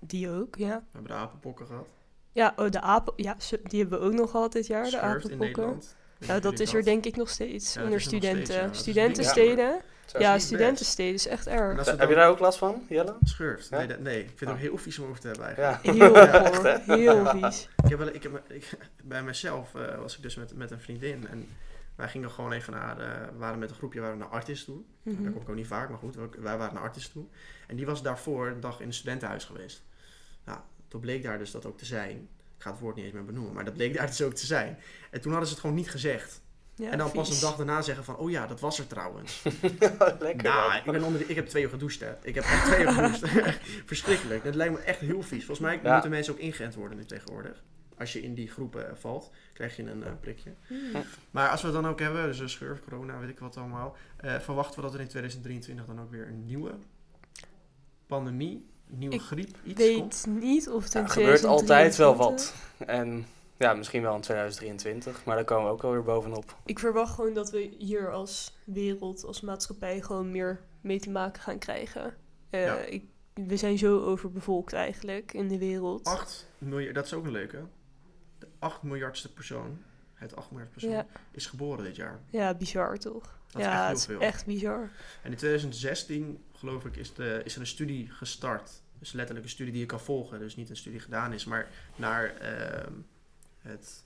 Speaker 3: Die ook, ja.
Speaker 1: We hebben de apenpokken gehad.
Speaker 3: Ja, oh, de apen, ja, ze- die hebben we ook nog gehad dit jaar, de
Speaker 1: Schurft in
Speaker 3: apenpokken.
Speaker 1: Nederland.
Speaker 3: Nou, dat is er denk ik nog steeds
Speaker 1: Ja, dat
Speaker 3: onder
Speaker 1: is er nog steeds,
Speaker 3: studenten.
Speaker 1: ja. Dat is
Speaker 3: Studentensteden.
Speaker 2: Zo.
Speaker 1: niet
Speaker 3: Ja,
Speaker 1: best.
Speaker 3: studentensteden is echt erg.
Speaker 1: Dat-
Speaker 2: Heb je daar ook last van, Jelle?
Speaker 1: Schurft.
Speaker 2: Ja?
Speaker 1: Nee, dat- nee, ik vind het
Speaker 2: Ah.
Speaker 1: ook heel vies om over te hebben eigenlijk.
Speaker 2: Ja.
Speaker 3: Heel
Speaker 1: Ja,
Speaker 3: goor, heel vies.
Speaker 1: Ik heb wel, ik heb, ik, bij mezelf eh, was ik dus met, met een vriendin en wij gingen gewoon even naar, eh, we waren met een groepje waren we naar Artis toe.
Speaker 3: Mhm.
Speaker 1: Daar kom ik ook niet vaak, maar goed, we- wij waren naar Artis toe. En die was daarvoor een dag in een studentenhuis geweest. Nou, toen bleek daar dus dat ook te zijn. Ik ga het woord niet eens meer benoemen, maar dat bleek daar dus ook te zijn. En toen hadden ze het gewoon niet gezegd.
Speaker 3: Ja,
Speaker 1: en dan pas
Speaker 3: vies.
Speaker 1: een dag daarna zeggen van, oh ja, dat was er trouwens.
Speaker 2: Lekker.
Speaker 1: Nou,
Speaker 2: man.
Speaker 1: ik, ben onder de- ik heb twee uur gedoucht, hè. Ik heb echt twee uur gedoucht. Verschrikkelijk. Dat lijkt me echt heel vies. Volgens mij
Speaker 2: Ja.
Speaker 1: moeten mensen ook ingeënt worden nu tegenwoordig. Als je in die groepen eh, valt, krijg je een eh, prikje.
Speaker 3: Hmm.
Speaker 1: Maar als we het dan ook hebben, dus een schurf, corona, weet ik wat allemaal. eh, verwachten we dat er in 2023 dan ook weer een nieuwe pandemie, een nieuwe
Speaker 3: Ik
Speaker 1: griep, iets
Speaker 3: weet
Speaker 1: komt?
Speaker 3: niet of het
Speaker 2: Ja,
Speaker 3: in
Speaker 2: er gebeurt altijd wel
Speaker 3: 2023
Speaker 2: wat. En Ja, misschien wel in 2023, maar daar komen we ook alweer bovenop.
Speaker 3: Ik verwacht gewoon dat we hier als wereld, als maatschappij gewoon meer mee te maken gaan krijgen. Eh,
Speaker 1: Ja.
Speaker 3: ik, we zijn zo overbevolkt eigenlijk in de wereld.
Speaker 1: 8 miljard, dat is ook een leuke. De 8 miljardste persoon, het 8 miljard persoon,
Speaker 3: Ja.
Speaker 1: is geboren dit jaar.
Speaker 3: Ja, bizar toch?
Speaker 1: Dat
Speaker 3: ja,
Speaker 1: is echt heel
Speaker 3: het
Speaker 1: veel.
Speaker 3: is echt bizar.
Speaker 1: En in 2016, geloof ik, is, de, is er een studie gestart. Dus letterlijk een studie die je kan volgen. Dus niet een studie gedaan is, maar naar ehm, het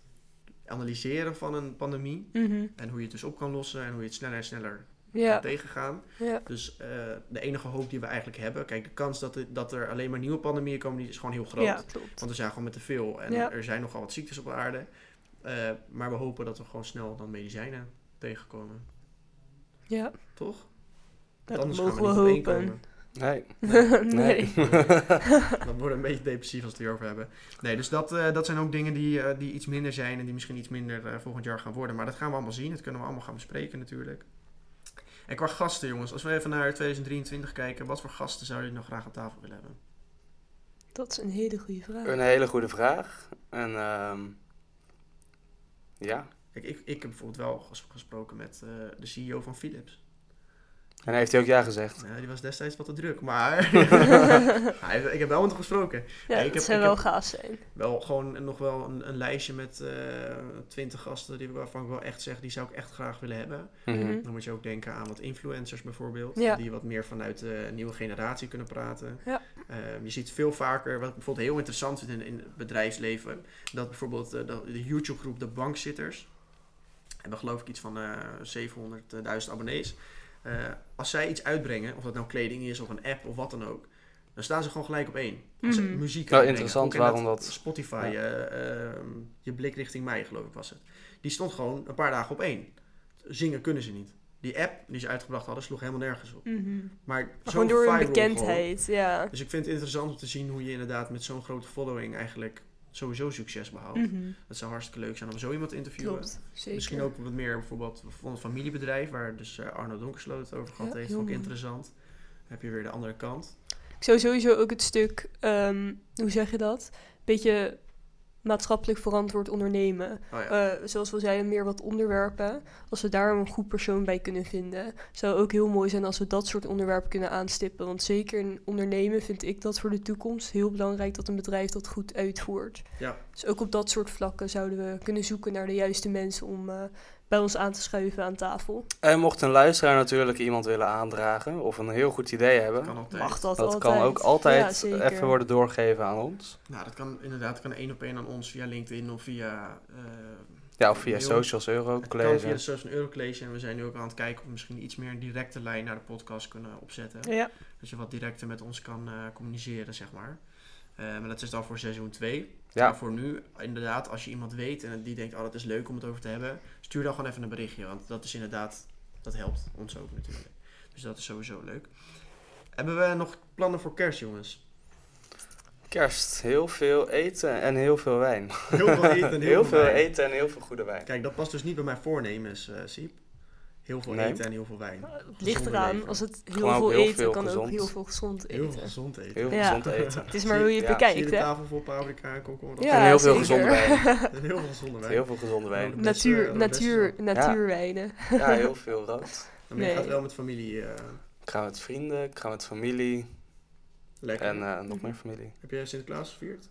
Speaker 1: analyseren van een pandemie.
Speaker 3: Mhm.
Speaker 1: En hoe je het dus op kan lossen en hoe je het sneller en sneller kan
Speaker 3: Ja,
Speaker 1: tegengaan.
Speaker 3: ja,
Speaker 1: Dus eh, de enige hoop die we eigenlijk hebben. Kijk, de kans dat, er- dat er alleen maar nieuwe pandemieën komen, die is gewoon heel groot.
Speaker 3: ja, klopt.
Speaker 1: Want er zijn gewoon met te veel. En
Speaker 3: Ja.
Speaker 1: er zijn nogal wat ziektes op aarde. Eh, maar we hopen dat we gewoon snel dan medicijnen tegenkomen.
Speaker 3: Ja,
Speaker 1: Toch? Want
Speaker 3: dat
Speaker 1: anders
Speaker 3: mogen we
Speaker 1: gaan we niet op één
Speaker 3: hopen.
Speaker 1: komen.
Speaker 2: Nee.
Speaker 3: nee.
Speaker 1: Dat wordt een beetje depressief als we het hierover hebben. Nee, dus dat, eh, dat zijn ook dingen die, eh, die iets minder zijn en die misschien iets minder eh, volgend jaar gaan worden. Maar dat gaan we allemaal zien. Dat kunnen we allemaal gaan bespreken natuurlijk. En qua gasten, jongens, als we even naar 2023 kijken, wat voor gasten zou je nog graag aan tafel willen hebben?
Speaker 3: Dat is een hele goede vraag.
Speaker 2: Een hele goede vraag. En ehm, ja.
Speaker 1: Kijk, ik, ik heb bijvoorbeeld wel ges- gesproken met eh, de CEO van Philips.
Speaker 2: En heeft hij ook ja gezegd?
Speaker 1: Nou, die was destijds wat te druk, maar Hij- ik heb wel met hem gesproken.
Speaker 3: Ja,
Speaker 1: ik
Speaker 3: dat
Speaker 1: heb-
Speaker 3: zou
Speaker 1: ik
Speaker 3: wel
Speaker 1: heb-
Speaker 3: gaaf zijn.
Speaker 1: Wel gewoon nog wel een, een lijstje met eh, twintig gasten die, waarvan ik wel echt zeg, die zou ik echt graag willen hebben.
Speaker 3: Mhm.
Speaker 1: Dan moet je ook denken aan wat influencers bijvoorbeeld,
Speaker 3: Ja.
Speaker 1: die wat meer vanuit de nieuwe generatie kunnen praten.
Speaker 3: Ja.
Speaker 1: Ehm, je ziet veel vaker, wat ik bijvoorbeeld heel interessant vind in, in het bedrijfsleven, dat bijvoorbeeld eh, de, de YouTube-groep De Bankzitters, hebben geloof ik iets van eh 700.000 abonnees. Eh, als zij iets uitbrengen, of dat nou kleding is of een app of wat dan ook, dan staan ze gewoon gelijk op één. Als ze
Speaker 3: Mhm.
Speaker 1: muziek
Speaker 2: Wel
Speaker 1: uitbrengen,
Speaker 2: Nou, interessant
Speaker 1: ook in dat
Speaker 2: waarom dat-
Speaker 1: Spotify,
Speaker 2: Ja.
Speaker 1: eh, ehm, je blik richting mij geloof ik was het. Die stond gewoon een paar dagen op één. Zingen kunnen ze niet. Die app die ze uitgebracht hadden, sloeg helemaal nergens op.
Speaker 3: Mhm.
Speaker 1: Maar
Speaker 3: Gewoon
Speaker 1: zo'n
Speaker 3: door hun
Speaker 1: viral gewoon.
Speaker 3: bekendheid, ja.
Speaker 1: Dus ik vind het interessant om te zien hoe je inderdaad met zo'n grote following eigenlijk sowieso succes behoudt.
Speaker 3: Mhm.
Speaker 1: Dat zou hartstikke leuk zijn om zo iemand te interviewen.
Speaker 3: Klopt, zeker.
Speaker 1: Misschien ook wat meer bijvoorbeeld van het familiebedrijf, waar dus eh, Arno Donkersloot het over gehad
Speaker 3: Ja,
Speaker 1: heeft.
Speaker 3: heel
Speaker 1: Vond ik
Speaker 3: mooi.
Speaker 1: interessant. Dan heb je weer de andere kant.
Speaker 3: Ik zou sowieso ook het stuk, ehm, hoe zeg je dat? Beetje maatschappelijk verantwoord ondernemen.
Speaker 1: Oh ja.
Speaker 3: Eh, zoals we zeiden, meer wat onderwerpen. Als we daar een goed persoon bij kunnen vinden, zou ook heel mooi zijn als we dat soort onderwerpen kunnen aanstippen. Want zeker in ondernemen vind ik dat voor de toekomst heel belangrijk dat een bedrijf dat goed uitvoert.
Speaker 1: Ja.
Speaker 3: Dus ook op dat soort vlakken zouden we kunnen zoeken naar de juiste mensen om eh, bij ons aan te schuiven aan tafel.
Speaker 2: En mocht een luisteraar natuurlijk iemand willen aandragen of een heel goed idee
Speaker 3: Eh,
Speaker 2: hebben,
Speaker 1: kan altijd.
Speaker 3: Mag dat,
Speaker 2: dat
Speaker 3: altijd?
Speaker 2: kan ook
Speaker 3: Ja,
Speaker 2: altijd
Speaker 3: zeker.
Speaker 2: even worden doorgegeven aan ons.
Speaker 1: Nou, dat kan inderdaad kan één op één aan ons via LinkedIn of via... eh,
Speaker 2: Ja, of via
Speaker 1: Mail.
Speaker 2: socials, euro,
Speaker 1: Het kan via de
Speaker 2: college.
Speaker 1: Social van Euroclage en we zijn nu ook aan het kijken of we misschien iets meer een directe lijn naar de podcast kunnen opzetten.
Speaker 3: Ja,
Speaker 1: Dat je wat directer met ons kan eh, communiceren, zeg maar. Eh, maar dat is dan voor seizoen 2.
Speaker 2: Ja.
Speaker 1: Maar voor nu, inderdaad, als je iemand weet en die denkt, oh dat is leuk om het over te hebben, stuur dan gewoon even een berichtje. Want dat is inderdaad, dat helpt ons ook natuurlijk. Dus dat is sowieso leuk. Hebben we nog plannen voor kerst, jongens?
Speaker 2: Kerst, heel veel eten en heel veel wijn.
Speaker 1: Heel veel eten. en
Speaker 2: Heel veel
Speaker 1: wijn.
Speaker 2: eten en heel veel goede wijn.
Speaker 1: Kijk, dat past dus niet bij mijn voornemens, eh Siep. Heel veel
Speaker 2: Nee.
Speaker 1: eten en heel veel wijn.
Speaker 3: het ligt
Speaker 1: Gezonder
Speaker 3: eraan.
Speaker 1: leven.
Speaker 3: Als het heel
Speaker 2: Gewoon ook
Speaker 3: veel
Speaker 2: heel
Speaker 3: eten,
Speaker 2: veel
Speaker 3: kan ook
Speaker 2: gezond.
Speaker 3: heel veel gezond
Speaker 1: Heel veel
Speaker 3: eten.
Speaker 1: gezond eten.
Speaker 2: Heel
Speaker 3: Ja.
Speaker 2: gezond eten.
Speaker 3: Het is maar hoe je het
Speaker 2: Ja,
Speaker 1: Zie
Speaker 3: bekijkt,
Speaker 1: je de
Speaker 3: hè?
Speaker 1: tafel vol paprika en komkommer?
Speaker 3: Ja,
Speaker 2: en heel veel
Speaker 3: zeker.
Speaker 2: gezonde wijn.
Speaker 1: En heel veel gezonde wijn.
Speaker 2: Heel veel gezonde
Speaker 1: de
Speaker 2: wijn.
Speaker 1: beste-
Speaker 3: Natuur,
Speaker 1: de
Speaker 3: natuur,
Speaker 1: beste.
Speaker 3: natuurwijnen.
Speaker 2: Ja, heel veel rood.
Speaker 1: Maar je
Speaker 3: Nee.
Speaker 1: gaat wel met familie eh,
Speaker 2: Ik ga met vrienden, ik ga met familie
Speaker 1: lekker.
Speaker 2: en eh, nog meer familie.
Speaker 1: Heb jij Sinterklaas gevierd?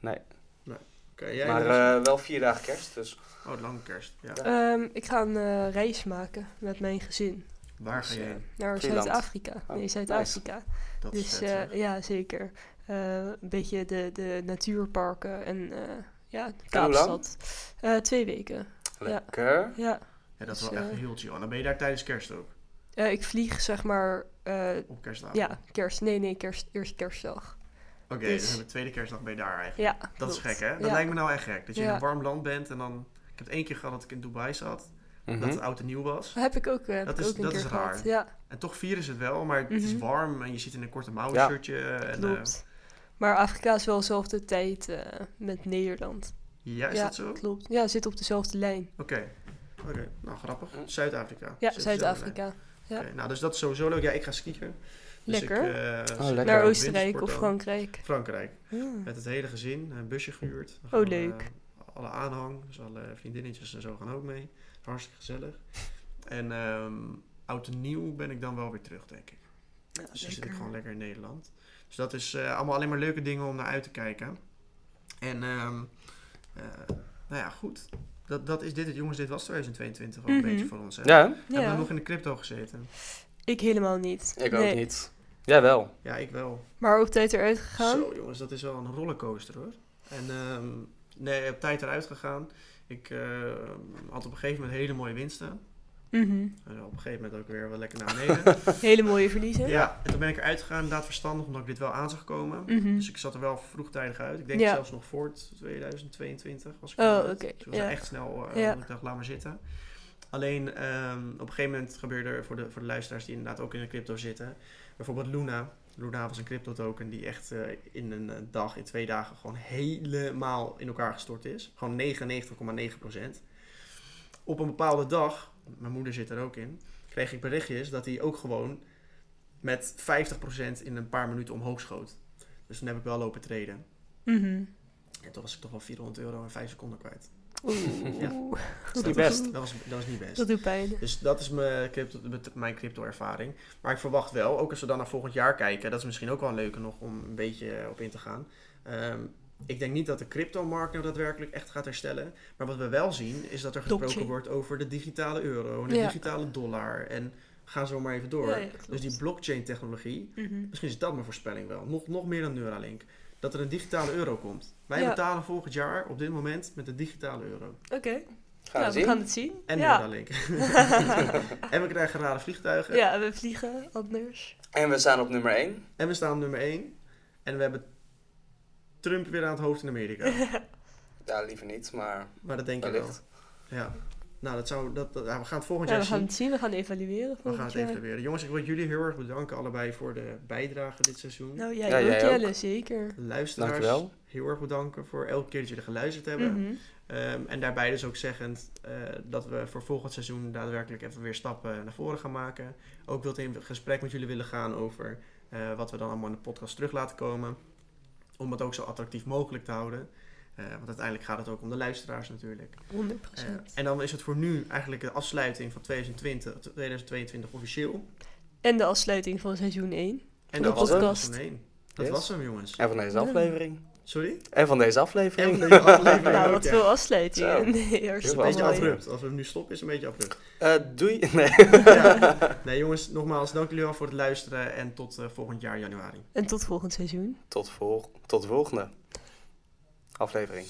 Speaker 2: Nee.
Speaker 1: Nee. Oké, jij
Speaker 2: Maar
Speaker 1: Dennis?
Speaker 2: eh, wel vier dagen kerst, dus
Speaker 1: Oh, lange kerst. Ja.
Speaker 3: Ehm, ik ga een eh, reis maken met mijn gezin
Speaker 1: Waar ga
Speaker 2: dus,
Speaker 1: je
Speaker 2: eh,
Speaker 1: heen?
Speaker 3: naar
Speaker 2: Friesland.
Speaker 3: Zuid-Afrika.
Speaker 2: Oh,
Speaker 3: nee, Zuid-Afrika.
Speaker 1: Dat is
Speaker 3: Dus
Speaker 1: vet,
Speaker 3: eh,
Speaker 1: zeg.
Speaker 3: ja, zeker. Eh, een beetje de, de natuurparken en eh, ja,
Speaker 2: lang?
Speaker 3: Kaapstad. Eh, twee weken.
Speaker 2: lekker.
Speaker 3: Ja.
Speaker 1: ja, dat is
Speaker 3: dus,
Speaker 1: wel echt
Speaker 3: eh,
Speaker 1: een heeltje. En dan ben je daar tijdens kerst ook,
Speaker 3: Eh, ik vlieg zeg maar. eh,
Speaker 1: op kerstavond.
Speaker 3: ja, kerst. Nee, nee, kerst, eerst kerstdag.
Speaker 1: Oké,
Speaker 3: dus-
Speaker 1: dus de tweede kerstdag ben je daar eigenlijk.
Speaker 3: Ja,
Speaker 1: Dat is
Speaker 3: klopt.
Speaker 1: gek, hè? Dat
Speaker 3: Ja.
Speaker 1: lijkt me nou echt gek. Dat je in
Speaker 3: Ja.
Speaker 1: een warm land bent en dan... Ik heb het één keer gehad dat ik in Dubai zat,
Speaker 2: Mhm.
Speaker 1: dat het oud en nieuw was.
Speaker 3: Heb ik ook, eh, heb
Speaker 1: Dat
Speaker 3: ik
Speaker 1: is-
Speaker 3: ook een
Speaker 1: dat
Speaker 3: keer
Speaker 1: is
Speaker 3: gehad.
Speaker 1: raar.
Speaker 3: Ja,
Speaker 1: En toch vieren ze het wel, maar het is
Speaker 3: Mhm.
Speaker 1: warm en je zit in een korte mouwen
Speaker 2: Ja.
Speaker 1: shirtje. En, eh,
Speaker 3: klopt. Maar Afrika is wel dezelfde tijd eh, met Nederland.
Speaker 1: ja, is
Speaker 3: ja,
Speaker 1: dat zo? Oké.
Speaker 3: klopt. Ja, zit op dezelfde lijn.
Speaker 1: Oké, nou grappig.
Speaker 2: Mm.
Speaker 1: Zuid-Afrika.
Speaker 3: Ja,
Speaker 1: Zitten ze zo
Speaker 3: Zuid-Afrika.
Speaker 1: bij. Oké, nou, dus dat is sowieso leuk. Ja, ik ga skiën. Dus
Speaker 3: Lekker.
Speaker 1: Ik, eh, zit
Speaker 2: Oh, lekker. Nou,
Speaker 1: op
Speaker 3: Naar
Speaker 1: een
Speaker 3: Oostenrijk
Speaker 1: wintersport
Speaker 3: of
Speaker 1: dan.
Speaker 3: Frankrijk.
Speaker 1: Frankrijk.
Speaker 3: Ja.
Speaker 1: Met het hele gezin. Een busje gehuurd. Dan
Speaker 3: Oh,
Speaker 1: gaan we,
Speaker 3: leuk.
Speaker 1: eh, alle aanhang. Dus alle vriendinnetjes en zo gaan ook mee. Hartstikke gezellig. En ehm oud en nieuw ben ik dan wel weer terug, denk ik.
Speaker 3: Ja,
Speaker 1: Dus dan zit ik
Speaker 3: lekker.
Speaker 1: gewoon lekker in Nederland. Dus dat is eh, allemaal alleen maar leuke dingen om naar uit te kijken. En ehm, eh, nou ja, goed. Dat, dat is dit het, jongens. Dit was 2022 wel een
Speaker 3: Mhm.
Speaker 1: beetje voor ons. Hè?
Speaker 2: Ja, hè?
Speaker 1: Hebben we
Speaker 3: Ja.
Speaker 1: nog in de crypto gezeten?
Speaker 3: Ik helemaal niet.
Speaker 2: ik ook
Speaker 3: Nee.
Speaker 2: niet. Jij wel.
Speaker 1: Ja, ik wel.
Speaker 3: Maar op tijd eruit gegaan.
Speaker 1: Zo jongens, dat is wel een rollercoaster hoor. En ehm, nee, op tijd eruit gegaan. Ik eh, had op een gegeven moment hele mooie winsten.
Speaker 3: Mhm.
Speaker 1: En op een gegeven moment ook weer wel lekker naar beneden.
Speaker 3: Hele mooie verliezen.
Speaker 1: ja, en toen ben ik eruit gegaan, inderdaad verstandig, omdat ik dit wel aan zag komen.
Speaker 3: Mhm.
Speaker 1: Dus ik zat er wel vroegtijdig uit. Ik denk
Speaker 3: Ja.
Speaker 1: zelfs nog voor het 2022 was ik
Speaker 3: Oh,
Speaker 1: eruit.
Speaker 3: oké,
Speaker 1: Dus ik was
Speaker 3: ja.
Speaker 1: echt snel, eh
Speaker 3: Ja.
Speaker 1: want ik dacht, laat maar zitten. Alleen, ehm, op een gegeven moment gebeurde er voor de, voor de luisteraars die inderdaad ook in de crypto zitten. Bijvoorbeeld Luna. Luna was een crypto token die echt eh, in een eh, dag, in twee dagen gewoon helemaal in elkaar gestort is. Gewoon 99,9 Op een bepaalde dag, mijn moeder zit er ook in, kreeg ik berichtjes dat hij ook gewoon met 50 in een paar minuten omhoog schoot. Dus toen heb ik wel lopen treden.
Speaker 3: Mhm.
Speaker 1: En toen was ik toch wel 400 euro in 5 seconden kwijt.
Speaker 3: Oeh.
Speaker 1: Ja.
Speaker 2: is
Speaker 1: Dat
Speaker 2: niet
Speaker 1: was-
Speaker 2: best.
Speaker 1: Dat was, dat was niet best.
Speaker 3: Dat doet pijn.
Speaker 1: Dus dat is mijn crypto, mijn crypto ervaring. Maar ik verwacht wel, ook als we dan naar volgend jaar kijken, dat is misschien ook wel een leuke nog om een beetje op in te gaan. Ehm, ik denk niet dat de cryptomarkt nou daadwerkelijk echt gaat herstellen. Maar wat we wel zien is dat er gesproken
Speaker 3: Blockchain.
Speaker 1: wordt over de digitale euro en de
Speaker 3: Ja.
Speaker 1: digitale dollar. En ga zo maar even door.
Speaker 3: Ja, ja, klopt.
Speaker 1: dus die blockchain technologie,
Speaker 3: Mhm.
Speaker 1: misschien is dat mijn voorspelling wel. Nog, nog meer dan Neuralink. Dat er een digitale euro komt. Wij
Speaker 3: Ja.
Speaker 1: betalen volgend jaar op dit moment met een digitale euro.
Speaker 3: Oké,
Speaker 2: Gaan we
Speaker 3: nou, we
Speaker 2: zien.
Speaker 3: gaan het zien.
Speaker 1: En
Speaker 3: ja.
Speaker 1: Neuralink. en we krijgen rare vliegtuigen.
Speaker 3: ja, we vliegen anders.
Speaker 2: En we staan op nummer 1.
Speaker 1: En we staan op nummer 1. En we hebben Trump weer aan het hoofd in Amerika.
Speaker 2: Ja, liever niet, maar
Speaker 1: maar dat denk ik wel.
Speaker 2: wellicht.
Speaker 1: Ja. Nou, dat zou, dat, dat- ja, we gaan het volgend
Speaker 3: Ja,
Speaker 1: jaar
Speaker 3: we gaan
Speaker 1: zien.
Speaker 3: het zien, we gaan evalueren.
Speaker 1: We gaan
Speaker 3: volgend
Speaker 1: het
Speaker 3: jaar.
Speaker 1: even weer. Jongens, ik wil jullie heel erg bedanken allebei voor de bijdrage dit seizoen.
Speaker 3: Nou, jij
Speaker 2: Ja,
Speaker 3: ook,
Speaker 2: jij ook.
Speaker 3: Jelle, zeker.
Speaker 1: Luisteraars,
Speaker 2: Dankjewel.
Speaker 1: heel erg bedanken voor elke keer dat jullie geluisterd hebben.
Speaker 3: Mhm.
Speaker 1: Ehm, en daarbij dus ook zeggend eh, dat we voor volgend seizoen daadwerkelijk even weer stappen naar voren gaan maken. Ook wilt in gesprek met jullie willen gaan over eh, wat we dan allemaal in de podcast terug laten komen. Om het ook zo attractief mogelijk te houden. Eh, want uiteindelijk gaat het ook om de luisteraars natuurlijk.
Speaker 3: 100
Speaker 1: Eh, en dan is het voor nu eigenlijk de afsluiting van 2020, 2022 officieel.
Speaker 3: En de afsluiting van seizoen 1.
Speaker 1: En
Speaker 3: de
Speaker 1: dat was het
Speaker 3: podcast.
Speaker 1: seizoen één. Dat
Speaker 2: Yes.
Speaker 1: was hem jongens.
Speaker 2: En van deze aflevering.
Speaker 1: Sorry?
Speaker 2: En van deze
Speaker 1: En
Speaker 2: aflevering.
Speaker 1: van deze aflevering
Speaker 3: nou,
Speaker 1: ook,
Speaker 3: wat
Speaker 1: ja.
Speaker 3: veel afsluitingen.
Speaker 2: Zo.
Speaker 3: Nee,
Speaker 1: Een
Speaker 2: wel
Speaker 3: hartstikke
Speaker 1: beetje
Speaker 2: mooi.
Speaker 3: mooi.
Speaker 1: abrupt. Als we hem nu stoppen is het een beetje abrupt.
Speaker 2: Eh, doei. Nee.
Speaker 1: ja. Nee, jongens, nogmaals, dank jullie wel voor het luisteren en tot eh, volgend jaar januari.
Speaker 3: En tot volgend seizoen.
Speaker 2: Tot, vol tot de volgende aflevering.